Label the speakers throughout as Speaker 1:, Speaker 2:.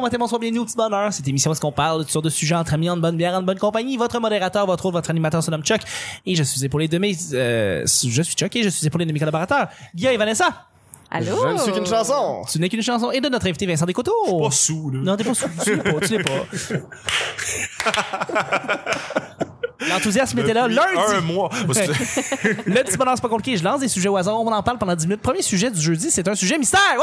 Speaker 1: matin, bonsoir, bienvenue au petit bonheur. Cette émission, où est-ce qu'on parle de toutes sortes de sujets entre amis, en bonne bière, en bonne compagnie. Votre modérateur, votre autre, votre animateur se nomme Chuck. Et je suis épaulé de mes, euh, je suis Chuck et je suis épaulé de mes collaborateurs, Guillaume et Vanessa.
Speaker 2: Allô?
Speaker 3: Je ne suis qu'une chanson.
Speaker 1: Tu n'es qu'une chanson et de notre invité Vincent Descoteaux.
Speaker 4: Pas sous, là.
Speaker 1: Non, t'es pas sous. Tu l'es pas. Tu l'es pas. L'enthousiasme était là
Speaker 4: Depuis Un
Speaker 1: lundi.
Speaker 4: mois. Bah, c'est-
Speaker 1: Le petit bonheur, c'est pas compliqué. Je lance des sujets au hasard. On en parle pendant 10 minutes. Premier sujet du jeudi, c'est un sujet mystère. Oh!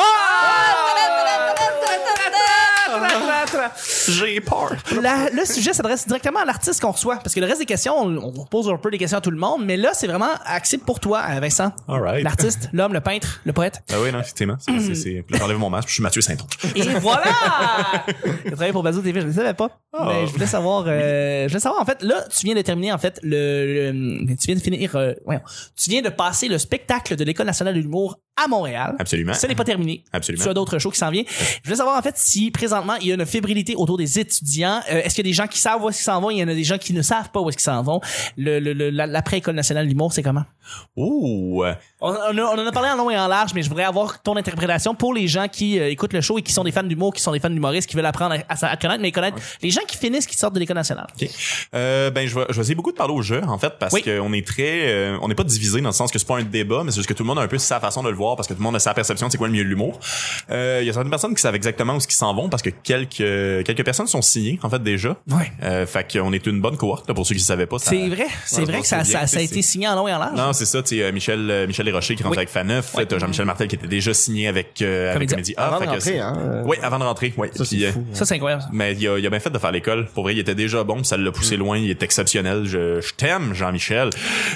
Speaker 4: J'ai peur.
Speaker 1: La- le sujet s'adresse directement à l'artiste qu'on reçoit. Parce que le reste des questions, on, on pose un peu des questions à tout le monde, mais là, c'est vraiment axé pour toi, euh, Vincent.
Speaker 4: All right.
Speaker 1: L'artiste, l'homme, le peintre, le poète.
Speaker 4: Ah oui, non, effectivement. C'est- c'est- c'est- J'enlève mon masque, je suis Mathieu Saint-Onge.
Speaker 1: Et voilà! J'ai travaillé pour Bazoo TV, je ne le savais pas.
Speaker 4: Ah.
Speaker 1: Mais je voulais savoir, euh, je voulais savoir, en fait, là, tu viens de terminer, en fait, le, le- tu viens de finir, euh, voyons. tu viens de passer le spectacle de l'École nationale de l'humour à Montréal.
Speaker 4: Absolument.
Speaker 1: Ce n'est pas terminé.
Speaker 4: Absolument.
Speaker 1: Tu as d'autres shows qui s'en viennent. Je voulais savoir, en fait, si présentement, il y a une fébrilité autour des étudiants. Euh, est-ce qu'il y a des gens qui savent où est-ce qu'ils s'en vont? Il y en a des gens qui ne savent pas où est-ce qu'ils s'en vont. Le, le- le- la- l'après-École nationale de l'humour, c'est comment?
Speaker 4: Ouh. euh,
Speaker 1: On, on a- on en a parlé en long et en large, mais je voudrais avoir ton interprétation pour les gens qui euh, écoutent le show et qui sont des fans d'humour, qui sont des fans d'humoristes, qui veulent apprendre à, à, sa- à connaître, mais connaître les gens qui finissent, qui sortent de l'école nationale.
Speaker 4: OK. Euh, ben, je vais, je vais essayer beaucoup de parler au jeu, en fait, parce
Speaker 1: Oui.
Speaker 4: qu'on est très, euh, on n'est pas divisé dans le sens que c'est pas un débat, mais c'est juste que tout le monde a un peu sa façon de le voir, parce que tout le monde a sa perception de c'est quoi le milieu de l'humour. Euh, Il y a certaines personnes qui savent exactement où ce qu'ils s'en vont, parce que quelques, quelques personnes sont signées, en fait, déjà.
Speaker 1: Ouais.
Speaker 4: Euh, fait qu'on est une bonne cohorte, là, pour ceux qui ne savaient pas. ça-
Speaker 1: C'est vrai, c'est
Speaker 4: Euh, Ouais,
Speaker 1: vrai
Speaker 4: bon,
Speaker 1: que ça,
Speaker 4: c'est bien,
Speaker 1: ça, ça a
Speaker 4: c'est-
Speaker 1: été signé en long et en large.
Speaker 4: Non, c'est ça, tu sais, euh, Michel, euh, Michel Desrochers qui rentre avec Faneuf, t'as Jean-Michel Martel qui était déjà signé avec, euh, avec
Speaker 1: Comédia.
Speaker 4: Comédie A.
Speaker 3: Avant
Speaker 4: fait
Speaker 3: de
Speaker 4: que
Speaker 3: rentrer,
Speaker 4: c'est-
Speaker 3: hein.
Speaker 4: Oui, avant de rentrer, oui.
Speaker 3: Ça,
Speaker 4: Puis,
Speaker 3: c'est
Speaker 4: euh,
Speaker 3: fou.
Speaker 1: Ça, c'est incroyable. ça.
Speaker 4: mais il a, il a bien fait de faire l'école. Pour vrai, il était déjà bon, puis ça l'a
Speaker 1: Mm.
Speaker 4: poussé loin. Il est exceptionnel. Je, je t'aime, Jean-Michel.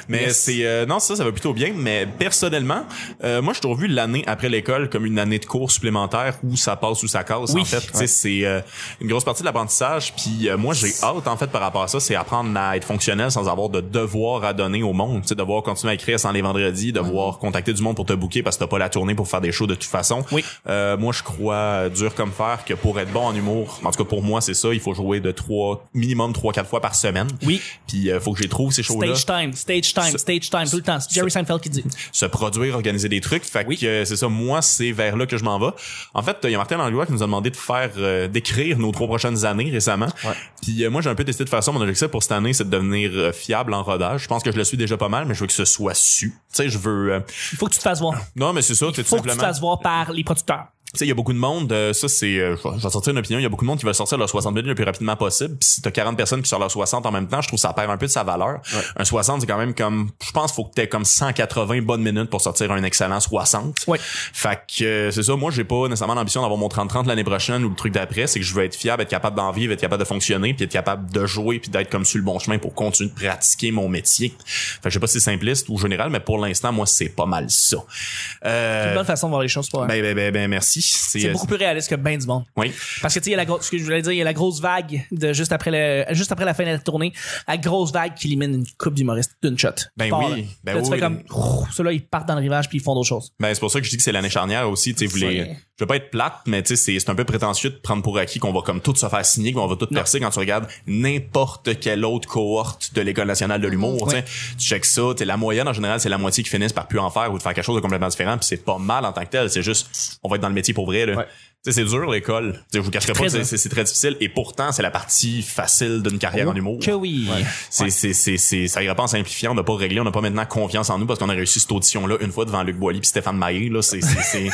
Speaker 4: Mais c'est euh, non, ça, ça va plutôt bien. Mais personnellement, euh, moi, je trouve vu l'année après l'école comme une année de cours supplémentaire où ça passe ou ça casse.
Speaker 1: Oui.
Speaker 4: En fait, Tu sais, c'est euh, une grosse partie de l'apprentissage. Puis euh, moi, j'ai hâte en fait par rapport à ça, c'est apprendre à être fonctionnel sans avoir de devoirs à donner au monde. Tu sais, devoir continuer à écrire sans les vendredis,
Speaker 1: Mm-hmm.
Speaker 4: devoir contacter du monde pour te booker parce que t'as pas la tournée pour faire des shows de toute façon.
Speaker 1: Oui.
Speaker 4: Euh, moi, je crois euh, dur comme fer que pour être bon en humour, en tout cas pour moi, c'est ça, il faut jouer de trois, minimum trois, quatre fois par semaine.
Speaker 1: Oui.
Speaker 4: Puis euh, faut que j'y trouve ces shows-là.
Speaker 1: Stage time, stage time,
Speaker 4: Ce-
Speaker 1: stage time, tout le temps. C'est Jerry Seinfeld qui dit.
Speaker 4: se produire, organiser des trucs. Fait
Speaker 1: Oui.
Speaker 4: que euh, c'est ça, moi, c'est vers là que je m'en vais. En fait, il y a Martin Langlois qui nous a demandé de faire euh, d'écrire nos trois prochaines années récemment. Puis euh, moi, j'ai un peu testé de faire ça. Mon objectif pour cette année, c'est de devenir euh, fiable en rodage. Je pense que je le suis déjà pas mal, mais je veux que ce soit su. Tu sais, je veux... euh,
Speaker 1: Il faut que tu te fasses voir.
Speaker 4: Non, mais c'est ça, c'est tout
Speaker 1: faut que tu te
Speaker 4: simplement...
Speaker 1: fasses voir par les producteurs.
Speaker 4: Tu sais, il y a beaucoup de monde, euh, ça c'est, euh, je vais- je vais sortir une opinion, il y a beaucoup de monde qui veulent sortir leurs 60 minutes le plus rapidement possible. Puis si t'as 40 personnes qui sortent leurs 60 en même temps, je trouve que ça perd un peu de sa valeur. Un 60, c'est quand même comme, je pense qu'il faut que t'aies comme 180 bonnes minutes pour sortir un excellent 60.
Speaker 1: Ouais.
Speaker 4: Fait que euh, c'est ça, moi j'ai pas nécessairement l'ambition d'avoir mon 30-30 l'année prochaine ou le truc d'après, c'est que je veux être fiable, être capable d'en vivre, être capable de fonctionner, puis être capable de jouer, puis d'être comme sur le bon chemin pour continuer de pratiquer mon métier. Fait que je sais pas si c'est simpliste ou général, mais pour l'instant, moi c'est pas mal ça.
Speaker 1: C'est une
Speaker 4: Euh,
Speaker 1: bonne façon de voir les choses, pas vrai?
Speaker 4: ben, ben, ben, ben, merci.
Speaker 1: C'est beaucoup plus réaliste que ben du monde.
Speaker 4: oui.
Speaker 1: Parce que tu sais, il y a la grosse, ce que je voulais dire, il y a la grosse vague de juste après le, juste après la fin de la tournée, la grosse vague qui élimine une coupe d'humoristes d'une shot.
Speaker 4: Ben
Speaker 1: Tu pars,
Speaker 4: oui,
Speaker 1: là.
Speaker 4: ben
Speaker 1: Là, tu
Speaker 4: oui,
Speaker 1: fais comme, Ouh, ceux-là, ils partent dans le rivage puis ils font d'autres choses.
Speaker 4: Ben, c'est pour ça que je dis que c'est l'année charnière aussi. Tu sais, vous les-
Speaker 1: Ouais.
Speaker 4: Je veux pas être plate, mais tu sais, c'est- c'est un peu prétentieux de prendre pour acquis qu'on va comme tout se faire signer, qu'on va tout percer quand tu regardes n'importe quelle autre cohorte de l'École nationale de l'humour.
Speaker 1: Ouais.
Speaker 4: tu sais. Tu checkes ça, t'sais, la moyenne en général, c'est la moitié qui finissent par plus en faire ou de faire quelque chose de complètement différent. Puis c'est pas mal en tant que tel. C'est juste, on va être dans le métier pour vrai. là.
Speaker 3: Ouais.
Speaker 4: Tu sais, C'est dur l'école. Tu sais, Je vous cacherai
Speaker 1: très
Speaker 4: pas,
Speaker 1: dur.
Speaker 4: c'est- c'est c'est très difficile. Et pourtant, c'est la partie facile d'une carrière en humour.
Speaker 1: Que oui.
Speaker 4: C'est, c'est, c'est, c'est, ça ira pas en simplifiant. On n'a pas réglé, on n'a pas maintenant confiance en nous parce qu'on a réussi cette audition-là une fois devant Luc Boilly puis Stéphane Maillé, là. C'est, c'est, c'est...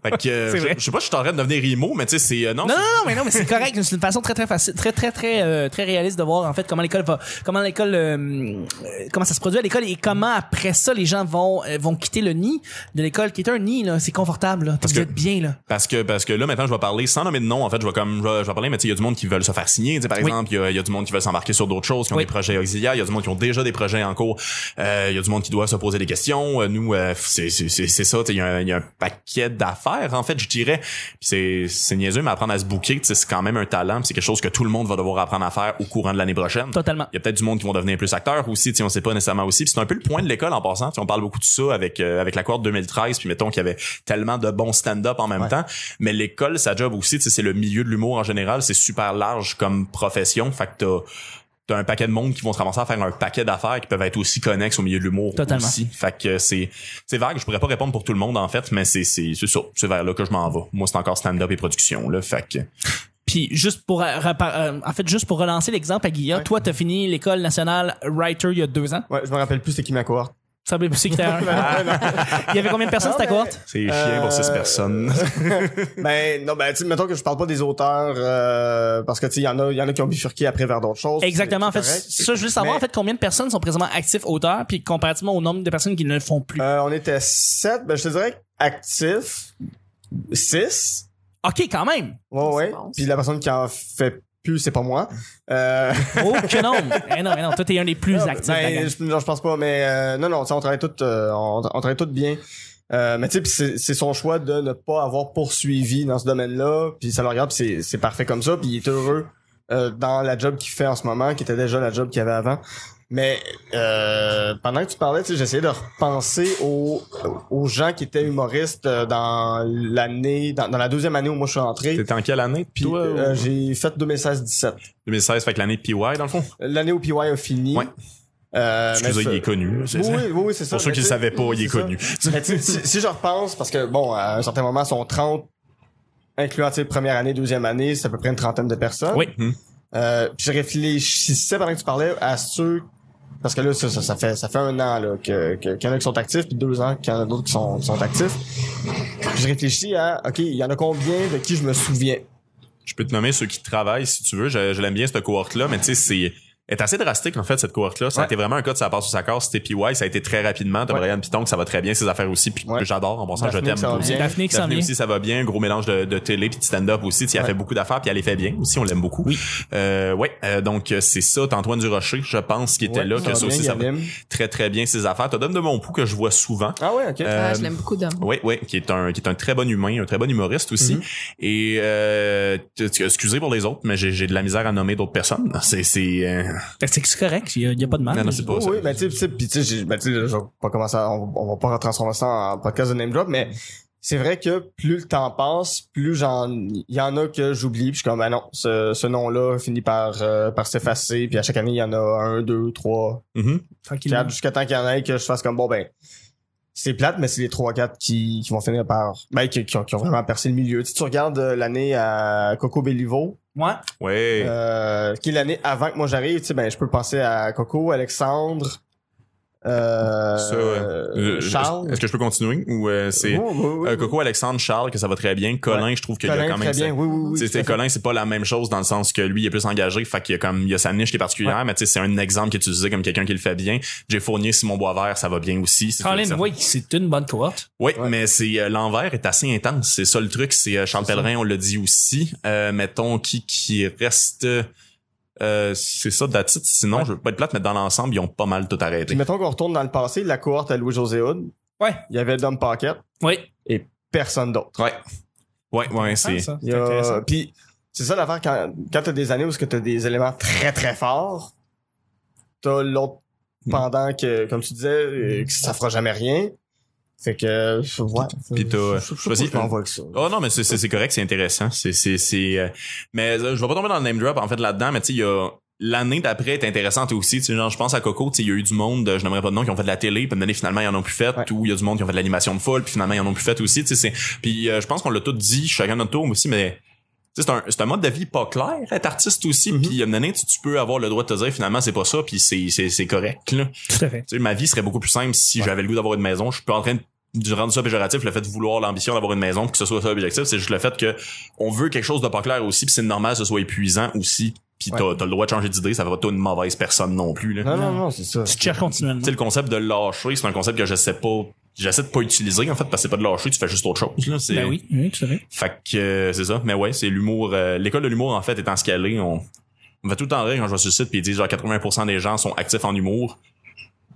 Speaker 4: fait que, euh,
Speaker 1: C'est vrai.
Speaker 4: je, je sais pas, je suis en train de devenir IMO, mais tu sais, c'est, euh, non,
Speaker 1: Non, non,
Speaker 4: c'est-
Speaker 1: non, mais non, mais c'est correct. C'est une façon très, très facile, très, très, très, euh, très réaliste de voir en fait comment l'école va, comment l'école, euh, euh, comment ça se produit à l'école et comment après ça les gens vont, euh, vont quitter le nid de l'école qui est un nid là, c'est confortable. Là. Vous
Speaker 4: que-
Speaker 1: êtes bien là.
Speaker 4: Parce que, parce que là, maintenant, je vais parler sans nommer de nom. En fait, je vais comme, je vais, je vais parler, mais tu sais, il y a du monde qui veulent se faire signer. Tu sais, par
Speaker 1: Oui.
Speaker 4: exemple, il y a, il y a du monde qui veulent s'embarquer sur d'autres choses, qui ont
Speaker 1: Oui.
Speaker 4: des projets auxiliaires. Il y a du monde qui ont déjà des projets en cours. Euh, il y a du monde qui doit se poser des questions. Euh, nous, euh, c'est, c'est, c'est, c'est ça. tu sais, Il y, a un- il y a un paquet d'affaires, en fait, je dirais. Puis c'est, c'est niaiseux, mais apprendre à se booker, tu sais, c'est quand même un talent. puis c'est quelque chose que tout le monde va devoir apprendre à faire au courant de l'année prochaine.
Speaker 1: Totalement.
Speaker 4: Il y a peut-être du monde qui vont devenir plus acteurs aussi, tu sais, on sait pas nécessairement aussi. Puis c'est un peu le point de l'école en passant. Tu sais, on parle beaucoup de ça avec euh, avec la cohorte 2013, puis mettons qu'il y avait tellement de bons stand-up en même temps. Mais l'école, sa job aussi, tu sais, c'est le milieu de l'humour en général, c'est super large comme profession. Fait que t'as t'as un paquet de monde qui vont se ramasser à faire un paquet d'affaires qui peuvent être aussi connexes au milieu de l'humour
Speaker 1: Totalement.
Speaker 4: aussi. Fait que c'est c'est vague, je pourrais pas répondre pour tout le monde en fait, mais c'est c'est c'est ça, c'est vers là que je m'en vais. Moi, c'est encore stand-up et production là, fait que
Speaker 1: Puis juste pour euh, repa- euh, en fait juste pour relancer l'exemple à Guilla,
Speaker 2: Ouais.
Speaker 1: toi t'as fini l'école nationale writer il y a deux ans.
Speaker 2: Ouais, je me rappelle plus c'est qui ma cohorte. Ah,
Speaker 1: Ça veut dire que t'as un. Il y avait combien de personnes
Speaker 2: Non,
Speaker 1: ta
Speaker 2: mais-
Speaker 1: cohorte
Speaker 4: C'est chiant pour six
Speaker 2: Euh,
Speaker 4: personnes.
Speaker 2: ben non, ben tu sais, mettons que je parle pas des auteurs euh, parce que tu sais, il y en a, il y en a qui ont bifurqué après vers d'autres choses.
Speaker 1: Exactement. En
Speaker 2: C'est-
Speaker 1: fait,
Speaker 2: c'est correct.
Speaker 1: ça je veux savoir
Speaker 2: Mais-
Speaker 1: en fait combien de personnes sont présentement actifs auteurs, puis comparativement au nombre de personnes qui ne le font plus.
Speaker 2: Euh, on était sept, ben je te dirais actifs, six.
Speaker 1: Ok, quand même.
Speaker 2: Ouais,
Speaker 3: Ah, C'est
Speaker 2: ouais.
Speaker 3: bon,
Speaker 2: Puis la personne qui en fait plus, c'est pas moi. Euh,
Speaker 1: Oh que non. Eh non, eh non. Toi t'es un des plus
Speaker 2: ben,
Speaker 1: actifs. de la gang.
Speaker 2: je, non, je pense pas, mais euh, non, non, tu sais, on travaille toutes, euh, on, on travaille toutes bien. Euh, mais tu sais, puis c'est- c'est son choix de ne pas avoir poursuivi dans ce domaine-là, puis ça le regarde, puis c'est- c'est parfait comme ça, puis il est heureux euh, dans la job qu'il fait en ce moment, qui était déjà la job qu'il avait avant. Mais euh, pendant que tu parlais, tu sais, j'essayais de repenser aux, aux gens qui étaient humoristes euh, dans l'année, dans, dans la deuxième année où moi je suis entré.
Speaker 4: T'étais en quelle année?
Speaker 2: Puis
Speaker 4: toi,
Speaker 2: euh, j'ai fait 2016-17.
Speaker 4: 2016, fait que l'année PY, dans le fond.
Speaker 2: L'année où PY a fini.
Speaker 4: Ouais.
Speaker 2: Euh,
Speaker 4: Excusez,
Speaker 2: mais ça-
Speaker 4: il est connu. c'est
Speaker 2: Oui,
Speaker 4: ça.
Speaker 2: oui, oui, oui, c'est ça.
Speaker 4: Pour ceux
Speaker 2: Mais
Speaker 4: qui ne
Speaker 2: tu-
Speaker 4: savaient pas, il
Speaker 2: c'est
Speaker 4: est,
Speaker 2: ça.
Speaker 4: connu.
Speaker 2: Mais tu sais, si, si je repense, parce que bon, à un certain moment, ils sont 30, incluant tu sais, première année, deuxième année, c'est à peu près une trentaine de personnes.
Speaker 1: Oui.
Speaker 4: Mhm.
Speaker 2: Euh, puis je réfléchissais pendant que tu parlais à ceux. Parce que là, ça, ça, ça fait, ça fait un an là, que, que- qu'il y en a qui sont actifs, puis deux ans qu'il y en a d'autres qui sont, qui sont actifs. Puis je réfléchis à, OK, il y en a combien de qui je me souviens?
Speaker 4: Je peux te nommer ceux qui travaillent si tu veux. Je, je l'aime bien, cette cohorte-là, mais tu sais, c'est. Elle est assez drastique, en fait, cette cohorte-là. Ça a
Speaker 2: Ouais.
Speaker 4: été vraiment un cas de ça passe sur sa corde. C'était PY, ça a été très rapidement. T'as
Speaker 2: Ouais.
Speaker 4: Brian Piton, que ça va très bien, ses affaires aussi. Puis
Speaker 2: Ouais.
Speaker 4: j'adore, en bon sens, je
Speaker 2: Daphné,
Speaker 4: t'aime.
Speaker 2: que ça
Speaker 4: toi
Speaker 2: va
Speaker 4: aussi.
Speaker 2: bien.
Speaker 1: Daphné qui s'en
Speaker 4: Daphné
Speaker 1: vient.
Speaker 4: aussi, ça va bien. Gros mélange de, de télé puis de stand-up aussi. Tu sais, Elle
Speaker 2: Ouais.
Speaker 4: fait beaucoup d'affaires puis elle les fait bien aussi. On l'aime beaucoup. Oui. Euh, ouais. euh, donc, euh, c'est ça. T'as Antoine Durocher, je pense, qui était
Speaker 2: Ouais,
Speaker 4: là,
Speaker 2: ça
Speaker 4: que
Speaker 2: va
Speaker 4: ça
Speaker 2: bien,
Speaker 4: aussi, ça va
Speaker 2: Yannim.
Speaker 4: très, très bien ses affaires. T'as Dom de Monpoux que je vois souvent.
Speaker 2: Ah ouais, OK.
Speaker 3: Ah,
Speaker 4: Euh,
Speaker 3: je l'aime beaucoup d'hommes.
Speaker 4: Oui, oui, qui est un qui est un très bon humain, un très bon humoriste aussi.
Speaker 2: Mhm.
Speaker 4: Et euh, t- excusez pour les autres, mais j'ai j'ai de la misère à nommer d'autres personnes. C'est c'est euh,
Speaker 1: Fait que C'est Ben, c'est correct. Il y a- il y a pas de mal.
Speaker 4: non, non, c'est pas
Speaker 2: Ah, Oui,
Speaker 4: ça.
Speaker 2: Oh oui, mais tu sais, tu sais, puis tu sais, j'ai- ben, tu sais, je vais pas commencer, à- on, on va pas transformer ça en podcast de name drop, mais c'est vrai que plus le temps passe, plus j'en, il y en a que j'oublie, puis je suis comme, ah non, ce, ce nom-là finit par, euh, par s'effacer, puis à chaque année, il y en a un, deux, trois,
Speaker 4: Mhm.
Speaker 1: Tranquillement.
Speaker 2: quatre, jusqu'à temps qu'il y en ait que je fasse comme, bon, ben, c'est plate, mais c'est les trois, quatre qui, qui vont finir par, ben, qui, qui ont, qui ont vraiment percé le milieu. Tu sais, tu regardes euh, l'année à Coco Bellivo,
Speaker 1: Ouais.
Speaker 4: Ouais.
Speaker 2: euh, qui est l'année avant que moi j'arrive, tu sais, ben, je peux penser à Coco, Alexandre, euh,
Speaker 4: Ça, ouais. Euh,
Speaker 2: Charles.
Speaker 4: Est-ce que je peux continuer ou euh, c'est
Speaker 2: Oui, oui, oui.
Speaker 4: euh, Coco Alexandre Charles que ça va très bien. Colin, je trouve qu'il y a
Speaker 2: Colin,
Speaker 4: quand même
Speaker 2: très bien. Oui, oui, oui.
Speaker 4: Tu sais,
Speaker 2: tout à fait.
Speaker 4: Colin, c'est pas la même chose dans le sens que lui, il est plus engagé, fait qu'il y a comme il y a sa niche qui est particulière, mais tu sais, c'est un exemple qui est utilisé comme quelqu'un qui le fait bien. J'ai Fournier, Simon Boisvert, ça va bien aussi. C'est
Speaker 1: Colin,
Speaker 4: une-
Speaker 1: oui, c'est une bonne cohorte.
Speaker 4: Oui,
Speaker 2: Ouais.
Speaker 4: mais c'est euh, l'envers est assez intense. C'est ça le truc. C'est euh, Charles
Speaker 2: C'est ça.
Speaker 4: Pellerin, on l'a dit aussi. Euh, mettons qui qui reste. euh, c'est ça d'attitude. Sinon,
Speaker 2: Ouais.
Speaker 4: je veux pas être plate, mais dans l'ensemble, ils ont pas mal tout
Speaker 2: Puis
Speaker 4: arrêté.
Speaker 2: mettons qu'on retourne dans le passé, la cohorte à Louis-José Hood.
Speaker 1: Ouais.
Speaker 2: Il y avait Dom Paquette,
Speaker 1: Oui.
Speaker 2: personne d'autre.
Speaker 4: Ouais, ouais, ouais, c'est.
Speaker 1: Ah, ça.
Speaker 2: Il y a- Puis c'est ça l'affaire quand, quand t'as des années où ce que t'as des éléments très très forts, t'as l'autre
Speaker 4: Mm.
Speaker 2: pendant que, comme tu disais, euh, que ça fera jamais rien. Fait que, je vois.
Speaker 4: puis t'as, euh, vas-y,
Speaker 2: je m'en vais avec ça.
Speaker 4: Oh non, mais c'est- c'est c'est correct, c'est intéressant. C'est c'est c'est. euh, mais euh, je vais pas tomber dans le name drop en fait là-dedans, mais tu sais, il y a l'année d'après est intéressante aussi. Tu sais, genre je pense à Coco, tu sais, il y a eu du monde, euh, je n'aimerais pas de nom, qui ont fait de la télé, puis l'année finalement ils en ont plus fait,
Speaker 2: Ouais.
Speaker 4: ou il y a du monde qui ont fait de l'animation de folle, puis finalement ils en ont plus fait aussi. Tu sais, c'est- puis euh, je pense qu'on l'a tout dit chacun notre tour aussi, mais tu sais, c'est un, c'est un mode de vie pas clair, être artiste aussi, puis il y a une année, tu, tu peux avoir le droit de te dire finalement c'est pas ça, puis c'est c'est- c'est correct. Là.
Speaker 1: Tout à fait.
Speaker 4: Tu sais, ma vie serait beaucoup plus simple si j'avais le goût d'avoir une maison. Je suis pas en train de de rendre ça péjoratif le fait de vouloir l'ambition d'avoir une maison puis que ce soit ça objectif c'est juste le fait que on veut quelque chose de pas clair aussi puis c'est normal que ce soit épuisant aussi puis t'as t'as le droit de changer d'idée ça va pas être une mauvaise personne non plus là
Speaker 2: Non, non, non, c'est ça.
Speaker 1: Tu te cherches continuellement.
Speaker 4: tu sais le concept de lâcher c'est un concept que je sais pas j'essaie de pas utiliser en fait parce que c'est pas de lâcher tu fais juste autre chose là c'est
Speaker 1: Ben oui, oui, tout à fait.
Speaker 4: fait que euh, c'est ça mais ouais c'est l'humour euh, l'école de l'humour en fait est en scalée on, on va tout le temps rire quand je vais sur le site puis ils disent genre 80% des gens sont actifs en humour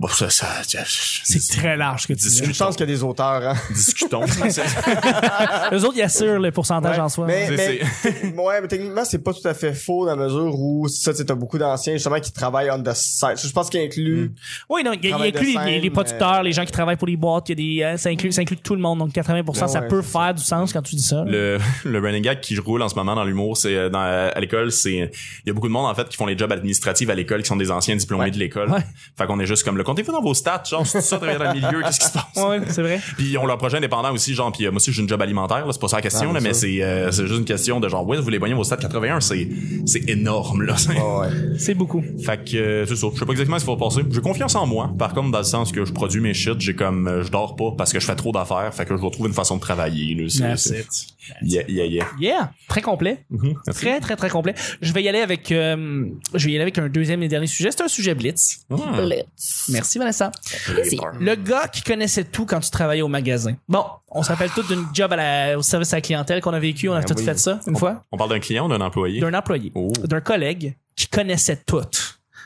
Speaker 4: bon ça, ça
Speaker 1: C'est très large ce que tu dis.
Speaker 2: Une chance qu'il y a des auteurs, hein.
Speaker 4: discutons.
Speaker 1: Eux autres, ils assurent le pourcentage
Speaker 2: Ouais,
Speaker 1: en soi.
Speaker 2: mais-
Speaker 4: C'est- c'est-
Speaker 2: ouais, mais techniquement, c'est pas tout à fait faux dans la mesure où, ça, tu sais, t'as beaucoup d'anciens, justement, qui travaillent on the side. Je pense qu'il inclut,
Speaker 1: Oui, non, il, y a- il
Speaker 2: Travail de
Speaker 1: inclut les-
Speaker 2: scène,
Speaker 1: les, les producteurs,
Speaker 2: euh,
Speaker 1: les gens qui travaillent pour les boîtes, il y a des, euh, ça, inclut, ça inclut tout le monde. Donc 80%, ça
Speaker 2: Ben Ouais,
Speaker 1: peut faire du sens quand tu dis ça.
Speaker 4: le, le running gag qui roule en ce moment dans l'humour, c'est euh, dans, à l'école, c'est il y a beaucoup de monde en fait qui font les jobs administratifs à l'école, qui sont des anciens diplômés
Speaker 2: Ouais.
Speaker 4: de l'école.
Speaker 1: Ouais.
Speaker 4: Fait qu'on est juste comme là. Comptez-vous dans vos stats, genre, c'est ça, travailler dans le milieu, qu'est-ce qui se passe?
Speaker 1: Ouais, c'est vrai.
Speaker 4: Puis ils ont leur projet indépendant aussi, genre, puis euh, moi aussi j'ai une job alimentaire, là, c'est pas ça la question,
Speaker 2: Ah,
Speaker 4: là,
Speaker 2: bien
Speaker 4: mais
Speaker 2: sûr.
Speaker 4: c'est euh, c'est juste une question de genre, ouais, vous voulez boigner vos stats 81, c'est c'est énorme, là.
Speaker 1: Mm.
Speaker 2: Ouais, Ah, ouais.
Speaker 1: C'est beaucoup.
Speaker 4: Fait que, euh, c'est ça, je sais pas exactement ce qu'il faut penser. J'ai confiance en moi, par contre, dans le sens que je produis mes shit, j'ai comme, euh, je dors pas parce que je fais trop d'affaires, fait que je vais trouver une façon de travailler, là. c'est-
Speaker 1: That's
Speaker 4: c'est-
Speaker 1: it.
Speaker 4: Yeah, yeah, yeah.
Speaker 1: Yeah, très complet,
Speaker 2: Mm-hmm.
Speaker 4: Mhm.
Speaker 1: très très très complet. Je vais y aller avec, euh, je vais y aller avec un deuxième et dernier sujet. C'est un sujet blitz.
Speaker 4: Ah.
Speaker 3: Blitz.
Speaker 1: Merci Vanessa.
Speaker 3: Merci.
Speaker 1: Le gars qui connaissait tout quand tu travaillais au magasin. Bon, on s'appelle tous d'une job à la- au service à la clientèle qu'on a vécu. On a
Speaker 2: Ben
Speaker 1: tous
Speaker 2: oui.
Speaker 1: fait ça une fois.
Speaker 4: On parle d'un client ou d'un employé?
Speaker 1: D'un employé,
Speaker 4: Oh.
Speaker 1: d'un collègue qui connaissait tout.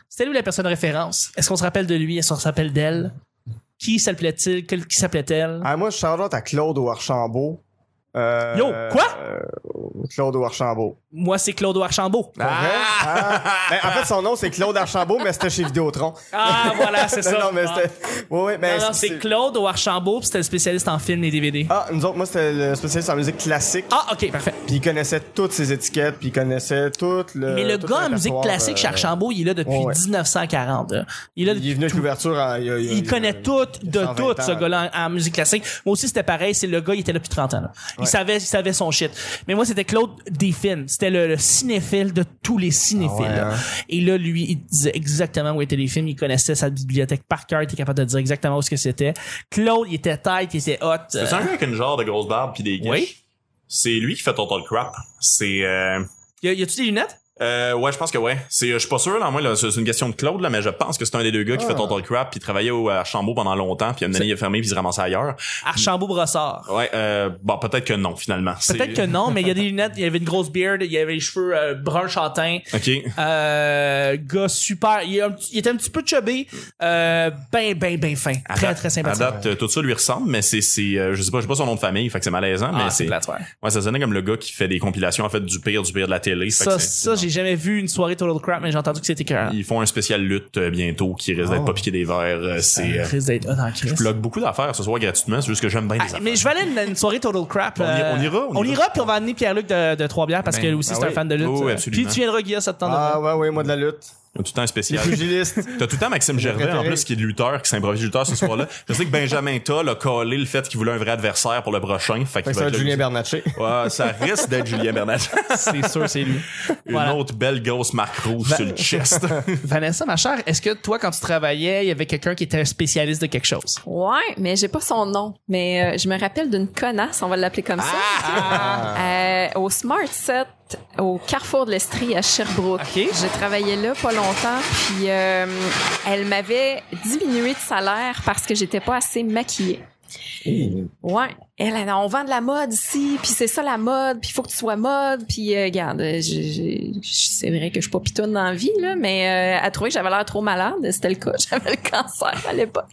Speaker 1: C'était lui la personne de référence. Est-ce qu'on se rappelle de lui? Est-ce qu'on se rappelle d'elle? Qui s'appelait-il? Quel- Qui s'appelait-elle?
Speaker 2: Ah, moi, je shout out à Claude au Archambault. Euh,
Speaker 1: Yo, quoi?
Speaker 2: euh, Claude au Archambault.
Speaker 1: Moi, c'est Claude Archambault.
Speaker 2: Pour vrai? Ah! Ben, en fait, son nom, c'est Claude Archambault, mais c'était chez Vidéotron.
Speaker 1: Ah, voilà, c'est
Speaker 2: Non,
Speaker 1: ça.
Speaker 2: non, mais
Speaker 1: Ah.
Speaker 2: c'était. Oui, oui, mais.
Speaker 1: Non, non, c'est Claude au Archambault, puis c'était le spécialiste en films et DVD.
Speaker 2: Ah, nous autres, moi, c'était le spécialiste en musique classique.
Speaker 1: Ah, ok, parfait.
Speaker 2: Puis il connaissait toutes ses étiquettes, puis il connaissait tout le.
Speaker 1: Mais le
Speaker 2: Euh, tout
Speaker 1: gars en
Speaker 2: répertoire,
Speaker 1: musique classique,
Speaker 2: euh,
Speaker 1: Charles Archambault, il est là depuis
Speaker 2: ouais, ouais.
Speaker 1: 1940. là. Il est là
Speaker 2: Il est
Speaker 1: depuis
Speaker 2: venu avec
Speaker 1: tout-
Speaker 2: l'ouverture. en- Il, il-
Speaker 1: il connaît
Speaker 2: il-
Speaker 1: tout de
Speaker 2: 120
Speaker 1: tout, ce
Speaker 2: ans.
Speaker 1: gars-là, en, en musique classique. Moi aussi, c'était pareil. C'est le gars, il était là depuis 30 ans. là. Il, savait, il savait son shit. Mais moi, c'était Claude des films. C'était le, le cinéphile de tous les cinéphiles.
Speaker 2: Ah ouais,
Speaker 1: là.
Speaker 2: hein?
Speaker 1: Et là, lui, il disait exactement où étaient les films. Il connaissait sa bibliothèque par cœur. Il était capable de dire exactement où ce que c'était. Claude, il était tight, il était hot.
Speaker 4: C'est un gars avec une genre de grosse barbe puis des guiches.
Speaker 1: Oui.
Speaker 4: C'est lui qui fait Total Crap. C'est euh,
Speaker 1: Y a- y a-tu des lunettes?
Speaker 4: euh, ouais, je pense que ouais. C'est je suis pas sûr là, moi là, c'est c'est une question de Claude là, mais je pense que c'est un des deux gars qui fait
Speaker 1: Ah.
Speaker 4: Total Crap puis il travaillait au à Chambaud pendant longtemps puis à un moment donné, il a fermé puis il se ramassait ailleurs.
Speaker 1: Archambault-Brossard.
Speaker 4: Ouais, euh, bon peut-être que non finalement.
Speaker 1: Peut-être que non, mais il y a des lunettes, il y avait une grosse beard, il y avait les cheveux euh, brun châtain.
Speaker 4: OK.
Speaker 1: Euh, gars super. Il, est un petit- il était un petit peu chubby. Euh, ben, ben, ben fin.
Speaker 4: À
Speaker 1: très,
Speaker 4: date-
Speaker 1: très sympathique.
Speaker 4: À date, euh, tout ça lui ressemble, mais c'est, c'est, euh, je sais pas, j'ai pas son nom de famille, fait que c'est malaisant,
Speaker 1: Ah,
Speaker 4: mais c'est,
Speaker 1: plate, ouais.
Speaker 4: ouais, ça sonnait comme le gars qui fait des compilations, en fait, du pire, du pire de la télé. fait
Speaker 1: Ça,
Speaker 4: que c'est-
Speaker 1: ça j'ai jamais vu une soirée Total Crap, mais j'ai entendu que c'était cœur.
Speaker 4: Ils font un spécial lutte euh, bientôt qui risque d'être
Speaker 2: Oh.
Speaker 4: pas piqué des verres, euh, c'est, euh,
Speaker 1: Risque d'être hot en crise.
Speaker 4: Je bloque beaucoup d'affaires ce soir gratuitement, c'est juste que j'aime bien les
Speaker 1: Ah,
Speaker 4: affaires.
Speaker 1: mais je vais aller à une, une soirée Total Crap.
Speaker 4: On y-
Speaker 1: euh,
Speaker 4: on ira, on
Speaker 1: On
Speaker 4: ira.
Speaker 1: ira, puis on va amener Pierre-Luc de, de Trois-Bières parce
Speaker 4: Ben,
Speaker 1: que lui aussi,
Speaker 2: ah
Speaker 1: c'est un
Speaker 2: oui.
Speaker 1: fan de lutte.
Speaker 4: Oui, oui,
Speaker 1: euh.
Speaker 4: absolument.
Speaker 1: Puis tu viendras, Guilla, ça te tente
Speaker 2: Ah,
Speaker 1: de
Speaker 2: ouais, ouais, moi de la lutte.
Speaker 4: T'as tout le temps un
Speaker 2: Les
Speaker 4: spécial.
Speaker 2: pugilistes.
Speaker 4: T'as tout le temps Maxime Gervais, en
Speaker 2: préféré.
Speaker 4: plus, qui est le lutteur, qui s'improvise lutteur ce soir-là. Je sais que Benjamin Toll a collé le fait qu'il voulait un vrai adversaire pour le prochain.
Speaker 2: Fait
Speaker 4: Fait qu'il
Speaker 2: que ça
Speaker 4: va
Speaker 2: va être
Speaker 4: être là-
Speaker 2: Julien Bernatchez.
Speaker 4: Ouais, ça risque d'être Julien Bernat.
Speaker 1: C'est sûr, c'est lui.
Speaker 4: Une
Speaker 1: Voilà.
Speaker 4: autre belle grosse marque rouge sur le chest.
Speaker 1: Vanessa, ma chère, est-ce que toi, quand tu travaillais, il y avait quelqu'un qui était un spécialiste de quelque chose?
Speaker 3: Ouais, mais j'ai pas son nom. Mais euh, je me rappelle d'une connasse, on va l'appeler comme ça. Euh, au Smart Set, au Carrefour de l'Estrie à Sherbrooke.
Speaker 1: Ok.
Speaker 3: J'ai travaillé là pas longtemps, puis euh, elle m'avait diminué de salaire parce que j'étais pas assez maquillée. Ouais, elle, elle, on vend de la mode ici, puis c'est ça la mode, puis il faut que tu sois mode, puis euh, regarde, euh, j'ai- j'ai- c'est vrai que je suis pas pitoune dans la vie, là, mais euh, elle trouvait que j'avais l'air trop malade, c'était le cas, j'avais le cancer à l'époque.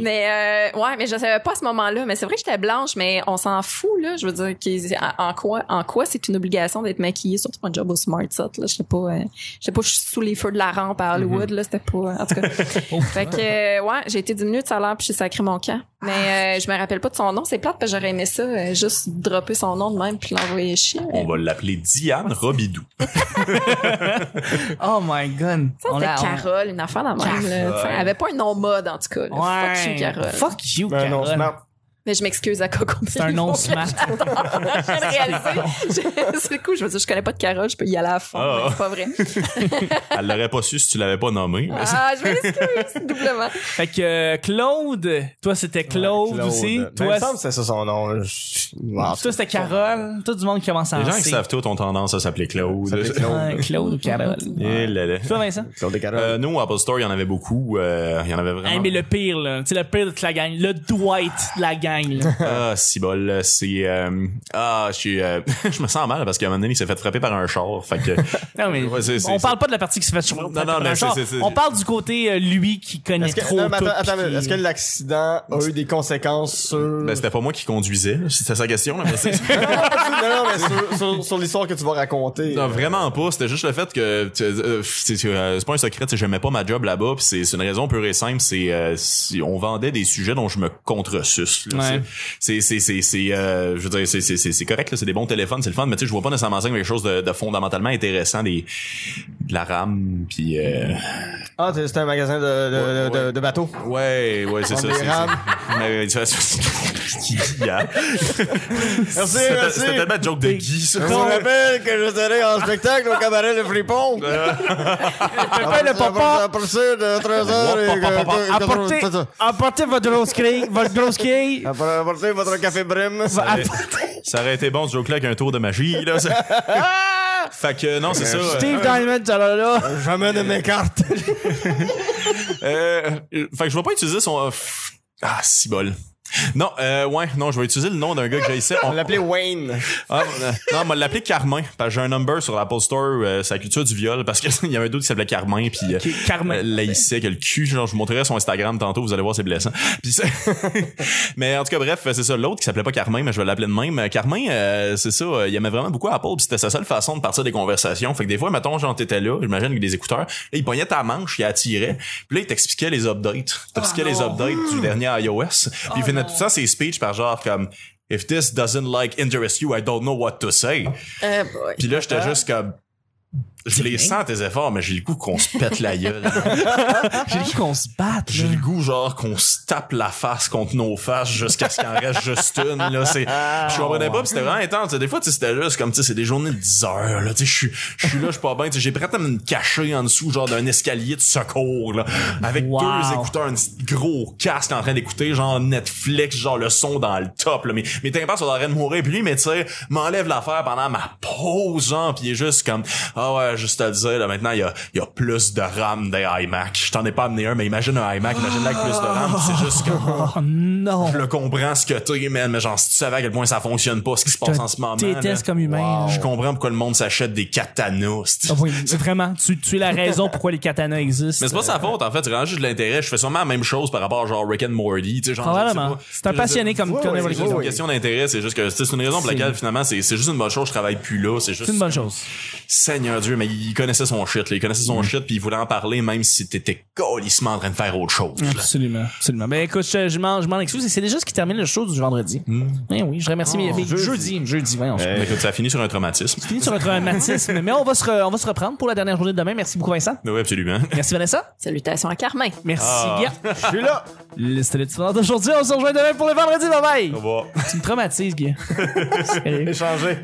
Speaker 3: Mais euh, ouais, mais je savais pas à ce moment-là. Mais c'est vrai que j'étais blanche, mais on s'en fout là. Je veux dire, qu'ils- en- en quoi, en quoi c'est une obligation d'être maquillée, surtout pour un job au smart set là. Je sais pas, euh, je sais pas, je suis sous les feux de la rampe à Hollywood
Speaker 1: Mm-hmm.
Speaker 3: là. C'était pas, en tout cas. fait que euh, ouais, j'ai été diminuée de salaire puis j'ai sacré mon camp.
Speaker 1: Ah.
Speaker 3: Mais euh, je me rappelle pas de son nom. C'est plate parce que j'aurais aimé ça, euh, juste dropper son nom de même puis l'envoyer chier.
Speaker 4: On va l'appeler Diane Robidou.
Speaker 1: Oh my god.
Speaker 3: Ça,
Speaker 1: On
Speaker 3: c'était
Speaker 1: l'a- on-
Speaker 3: Carole, une affaire dans même. Là, tu sais. elle avait pas un nom mode en tout cas. là.
Speaker 1: Ouais.
Speaker 3: Fuck you, Carole.
Speaker 1: Fuck you,
Speaker 2: Ben non,
Speaker 1: Carole.
Speaker 2: smart.
Speaker 3: Mais je m'excuse à Coco.
Speaker 1: C'est un nom smart.
Speaker 3: Je viens de réaliser. Je- C'est le coup, je me dis, je connais pas de Carole, je peux y aller à fond.
Speaker 4: Ah.
Speaker 3: mais C'est pas vrai.
Speaker 4: Elle l'aurait pas su si tu l'avais pas nommé. mais c'est-
Speaker 3: Ah, je m'excuse doublement.
Speaker 1: Fait que euh, Claude, toi c'était Claude, aussi.
Speaker 2: Ben, il
Speaker 1: Toi,
Speaker 2: me semble que c'est ça son nom. Je- Wow,
Speaker 1: toi c'était Carole. Tout du monde qui commence à
Speaker 4: Les gens
Speaker 1: en
Speaker 4: qui
Speaker 1: C.
Speaker 4: savent tout ont tendance à s'appeler Claude.
Speaker 2: Ça fait Claude.
Speaker 1: Ouais, Claude ou Carole.
Speaker 4: Eh là là.
Speaker 1: Toi Vincent?
Speaker 2: Claude Descartes.
Speaker 4: Euh, nous, à Apple Store, il y en avait beaucoup. euh, il y en avait vraiment.
Speaker 1: Hey, mais le pire, là. Tu sais, le pire de toute la gang. Le Dwight de la gang, là.
Speaker 4: Ah, si bol, c'est euh, ah, je suis, euh, je me sens mal parce qu'à un moment donné, il s'est fait frapper par un char. Fait que
Speaker 1: Non, mais
Speaker 4: Ouais, c'est- c'est-
Speaker 1: on
Speaker 4: c'est-
Speaker 1: parle pas de la partie qui se fait sur
Speaker 4: Non, non, mais c'est- c'est- c'est-
Speaker 1: On parle du côté, euh, lui, qui connaît
Speaker 2: Est-ce que,
Speaker 1: trop
Speaker 2: non, mais
Speaker 1: tout.
Speaker 2: attends, attends,
Speaker 1: puis-
Speaker 2: est-ce que l'accident a eu des conséquences sur...
Speaker 4: ben, c'était pas moi qui conduisais. là, C'était sa question. Là, mais c'est-
Speaker 2: Ah, non, non, mais sur, sur, sur l'histoire que tu vas raconter.
Speaker 4: non, vraiment pas. C'était juste le fait que tu- euh, c'est c'est, euh, c'est pas un secret. tu sais, J'aimais pas ma job là-bas. puis c'est c'est une raison pure et simple. C'est euh, si on vendait des sujets dont je me contre-suce. là,
Speaker 1: Ouais.
Speaker 4: C'est, c'est, c'est, c'est, euh, je veux dire, c'est, c'est, c'est, c'est correct, là, c'est des bons téléphones, c'est le fun, mais tu sais, je vois pas nécessairement ça comme quelque chose de, de fondamentalement intéressant, des, de la RAM, puis euh,
Speaker 2: Ah, t'es- c'était un magasin de, de,
Speaker 4: Ouais,
Speaker 2: de-
Speaker 4: ouais.
Speaker 2: de bateaux.
Speaker 4: ouais, ouais, c'est
Speaker 2: On
Speaker 4: ça.
Speaker 2: est
Speaker 4: c'est-
Speaker 2: RAM.
Speaker 4: c'est- Mais, tu vois, c'est- Yeah.
Speaker 2: Merci,
Speaker 4: C'était-
Speaker 2: merci.
Speaker 4: C'était tellement de joke de Guy, ça.
Speaker 2: Je vous rappelle que je serai en spectacle au cabaret Le Fripon. Ah,
Speaker 1: Pépin le papa.
Speaker 2: À partir de 13h et... que- que-
Speaker 1: Apportez,
Speaker 2: c'est ça.
Speaker 1: apportez votre grosse grille, votre grosse grille.
Speaker 2: Appor- Apportez votre café brim.
Speaker 4: Ah, Ça aurait été bon ce joke-là avec un tour de magie, là. ça. fait que non, c'est ça.
Speaker 1: Steve Diamond, ça là là.
Speaker 2: Jamais de mes cartes.
Speaker 4: Euh, euh, fait que je vais pas utiliser son. euh, pff, Ah, si bol. Non, euh, ouais, non, je vais utiliser le nom d'un gars que j'ai ici.
Speaker 2: On l'appelait Wayne.
Speaker 4: Ah, euh, non, on m'a l'appelé Carmin, parce que j'ai un number sur l'Apple Store, euh, sa culture du viol, parce qu'il y avait un d'autre qui s'appelait Carmin, puis euh,
Speaker 1: Qui- Carmin.
Speaker 4: euh, laissait que le cul, genre, je vous montrerai son Instagram tantôt, vous allez voir, c'est blessant. Puis ça- mais en tout cas, bref, c'est ça, l'autre qui s'appelait pas Carmin, mais je vais l'appeler de même. Carmin, euh, c'est ça, euh, il aimait vraiment beaucoup Apple, puis c'était sa seule façon de partir des conversations. Fait que des fois, mettons, genre, t'étais là, j'imagine avec des écouteurs, là, il pognait ta manche, il attirait, puis là, il t'expliquait les updates, t'expliquait les updates du dernier iOS, puis il finait tout ça, ses speeches par genre comme... If this doesn't like interest you, I don't know what to say.
Speaker 3: Euh, boy.
Speaker 4: Puis là, j'étais juste comme. Je les
Speaker 1: rien.
Speaker 4: sens tes efforts, mais j'ai le goût qu'on se pète la gueule.
Speaker 1: J'ai dit qu'on se batte.
Speaker 4: J'ai le goût, genre, qu'on se tape la face contre nos faces jusqu'à ce qu'il en reste juste une, là. C'est, je comprenais pas, pis c'était vraiment intense. Des fois, tu sais, c'était juste comme, tu sais, c'est des journées de 10 heures, là. Tu sais, je suis, je suis là, je suis pas bien. Tu sais, j'ai prêt à me cacher en dessous, genre, d'un escalier de secours, là. Avec
Speaker 1: Wow.
Speaker 4: deux écouteurs, un petit gros casque en train d'écouter, genre, Netflix, genre, le son dans le top, là. Mes, mes tympans sont en train de mourir, puis lui, mais tu sais, m'enlève l'affaire pendant ma pause, genre, pis il est juste comme, ah ouais, juste à te dire, là, maintenant, il y a, il y a plus de RAM des iMac. Je t'en ai pas amené un, mais imagine un iMac, imagine là avec plus de RAM, pis c'est juste comme,
Speaker 1: Oh non.
Speaker 4: je le comprends ce que t'es, man, mais genre, si tu savais à quel point ça fonctionne pas, ce qui se passe en ce moment.
Speaker 1: Tu détestes
Speaker 4: là,
Speaker 1: comme humain. là.
Speaker 4: Je comprends pourquoi le monde s'achète des katanas. c'est-
Speaker 1: Ah oui, vraiment, tu, tu es la raison pourquoi les katanas existent.
Speaker 4: Mais c'est pas sa faute, en fait. C'est vraiment juste de l'intérêt. Je fais sûrement la même chose par rapport à genre Rick and Morty. tu sais, genre,
Speaker 1: Probablement.
Speaker 4: je
Speaker 1: C'est un
Speaker 4: sais pas. Je veux dire,
Speaker 1: passionné comme
Speaker 2: Ouais,
Speaker 1: connaît
Speaker 2: ouais,
Speaker 1: les
Speaker 2: ouais,
Speaker 4: C'est juste
Speaker 1: choses.
Speaker 4: une
Speaker 2: oui.
Speaker 4: question d'intérêt, c'est juste que c'est une raison pour laquelle finalement c'est c'est juste une bonne chose, je travaille plus là, c'est juste
Speaker 1: C'est une bonne chose.
Speaker 4: Seigneur Dieu, mais il connaissait son shit, là. il connaissait
Speaker 1: Mm.
Speaker 4: son shit puis il voulait en parler même si t'étais colissement en train de faire autre chose. là.
Speaker 1: Absolument, absolument. Ben écoute, je, je m'en je m'en excuse et c'est déjà ce qui termine le show du vendredi. Eh oui, je remercie mes, mes- jeudi, jeudi, voyons. Je
Speaker 4: Écoute, ça a fini sur un traumatisme.
Speaker 1: finis sur un traumatisme, mais on va, se re- on va se reprendre pour la dernière journée de demain. Merci beaucoup Vincent.
Speaker 4: Oui, absolument.
Speaker 1: Merci Vanessa.
Speaker 3: Salutations à Carmin.
Speaker 1: Merci
Speaker 4: Ah.
Speaker 1: Guy.
Speaker 2: Je suis là.
Speaker 1: Le- C'était le petit vendredi d'aujourd'hui. On se rejoint demain pour le vendredi. Bye bye.
Speaker 4: Au revoir.
Speaker 1: Tu me traumatises, Guy. Sérieux.
Speaker 2: Échangé.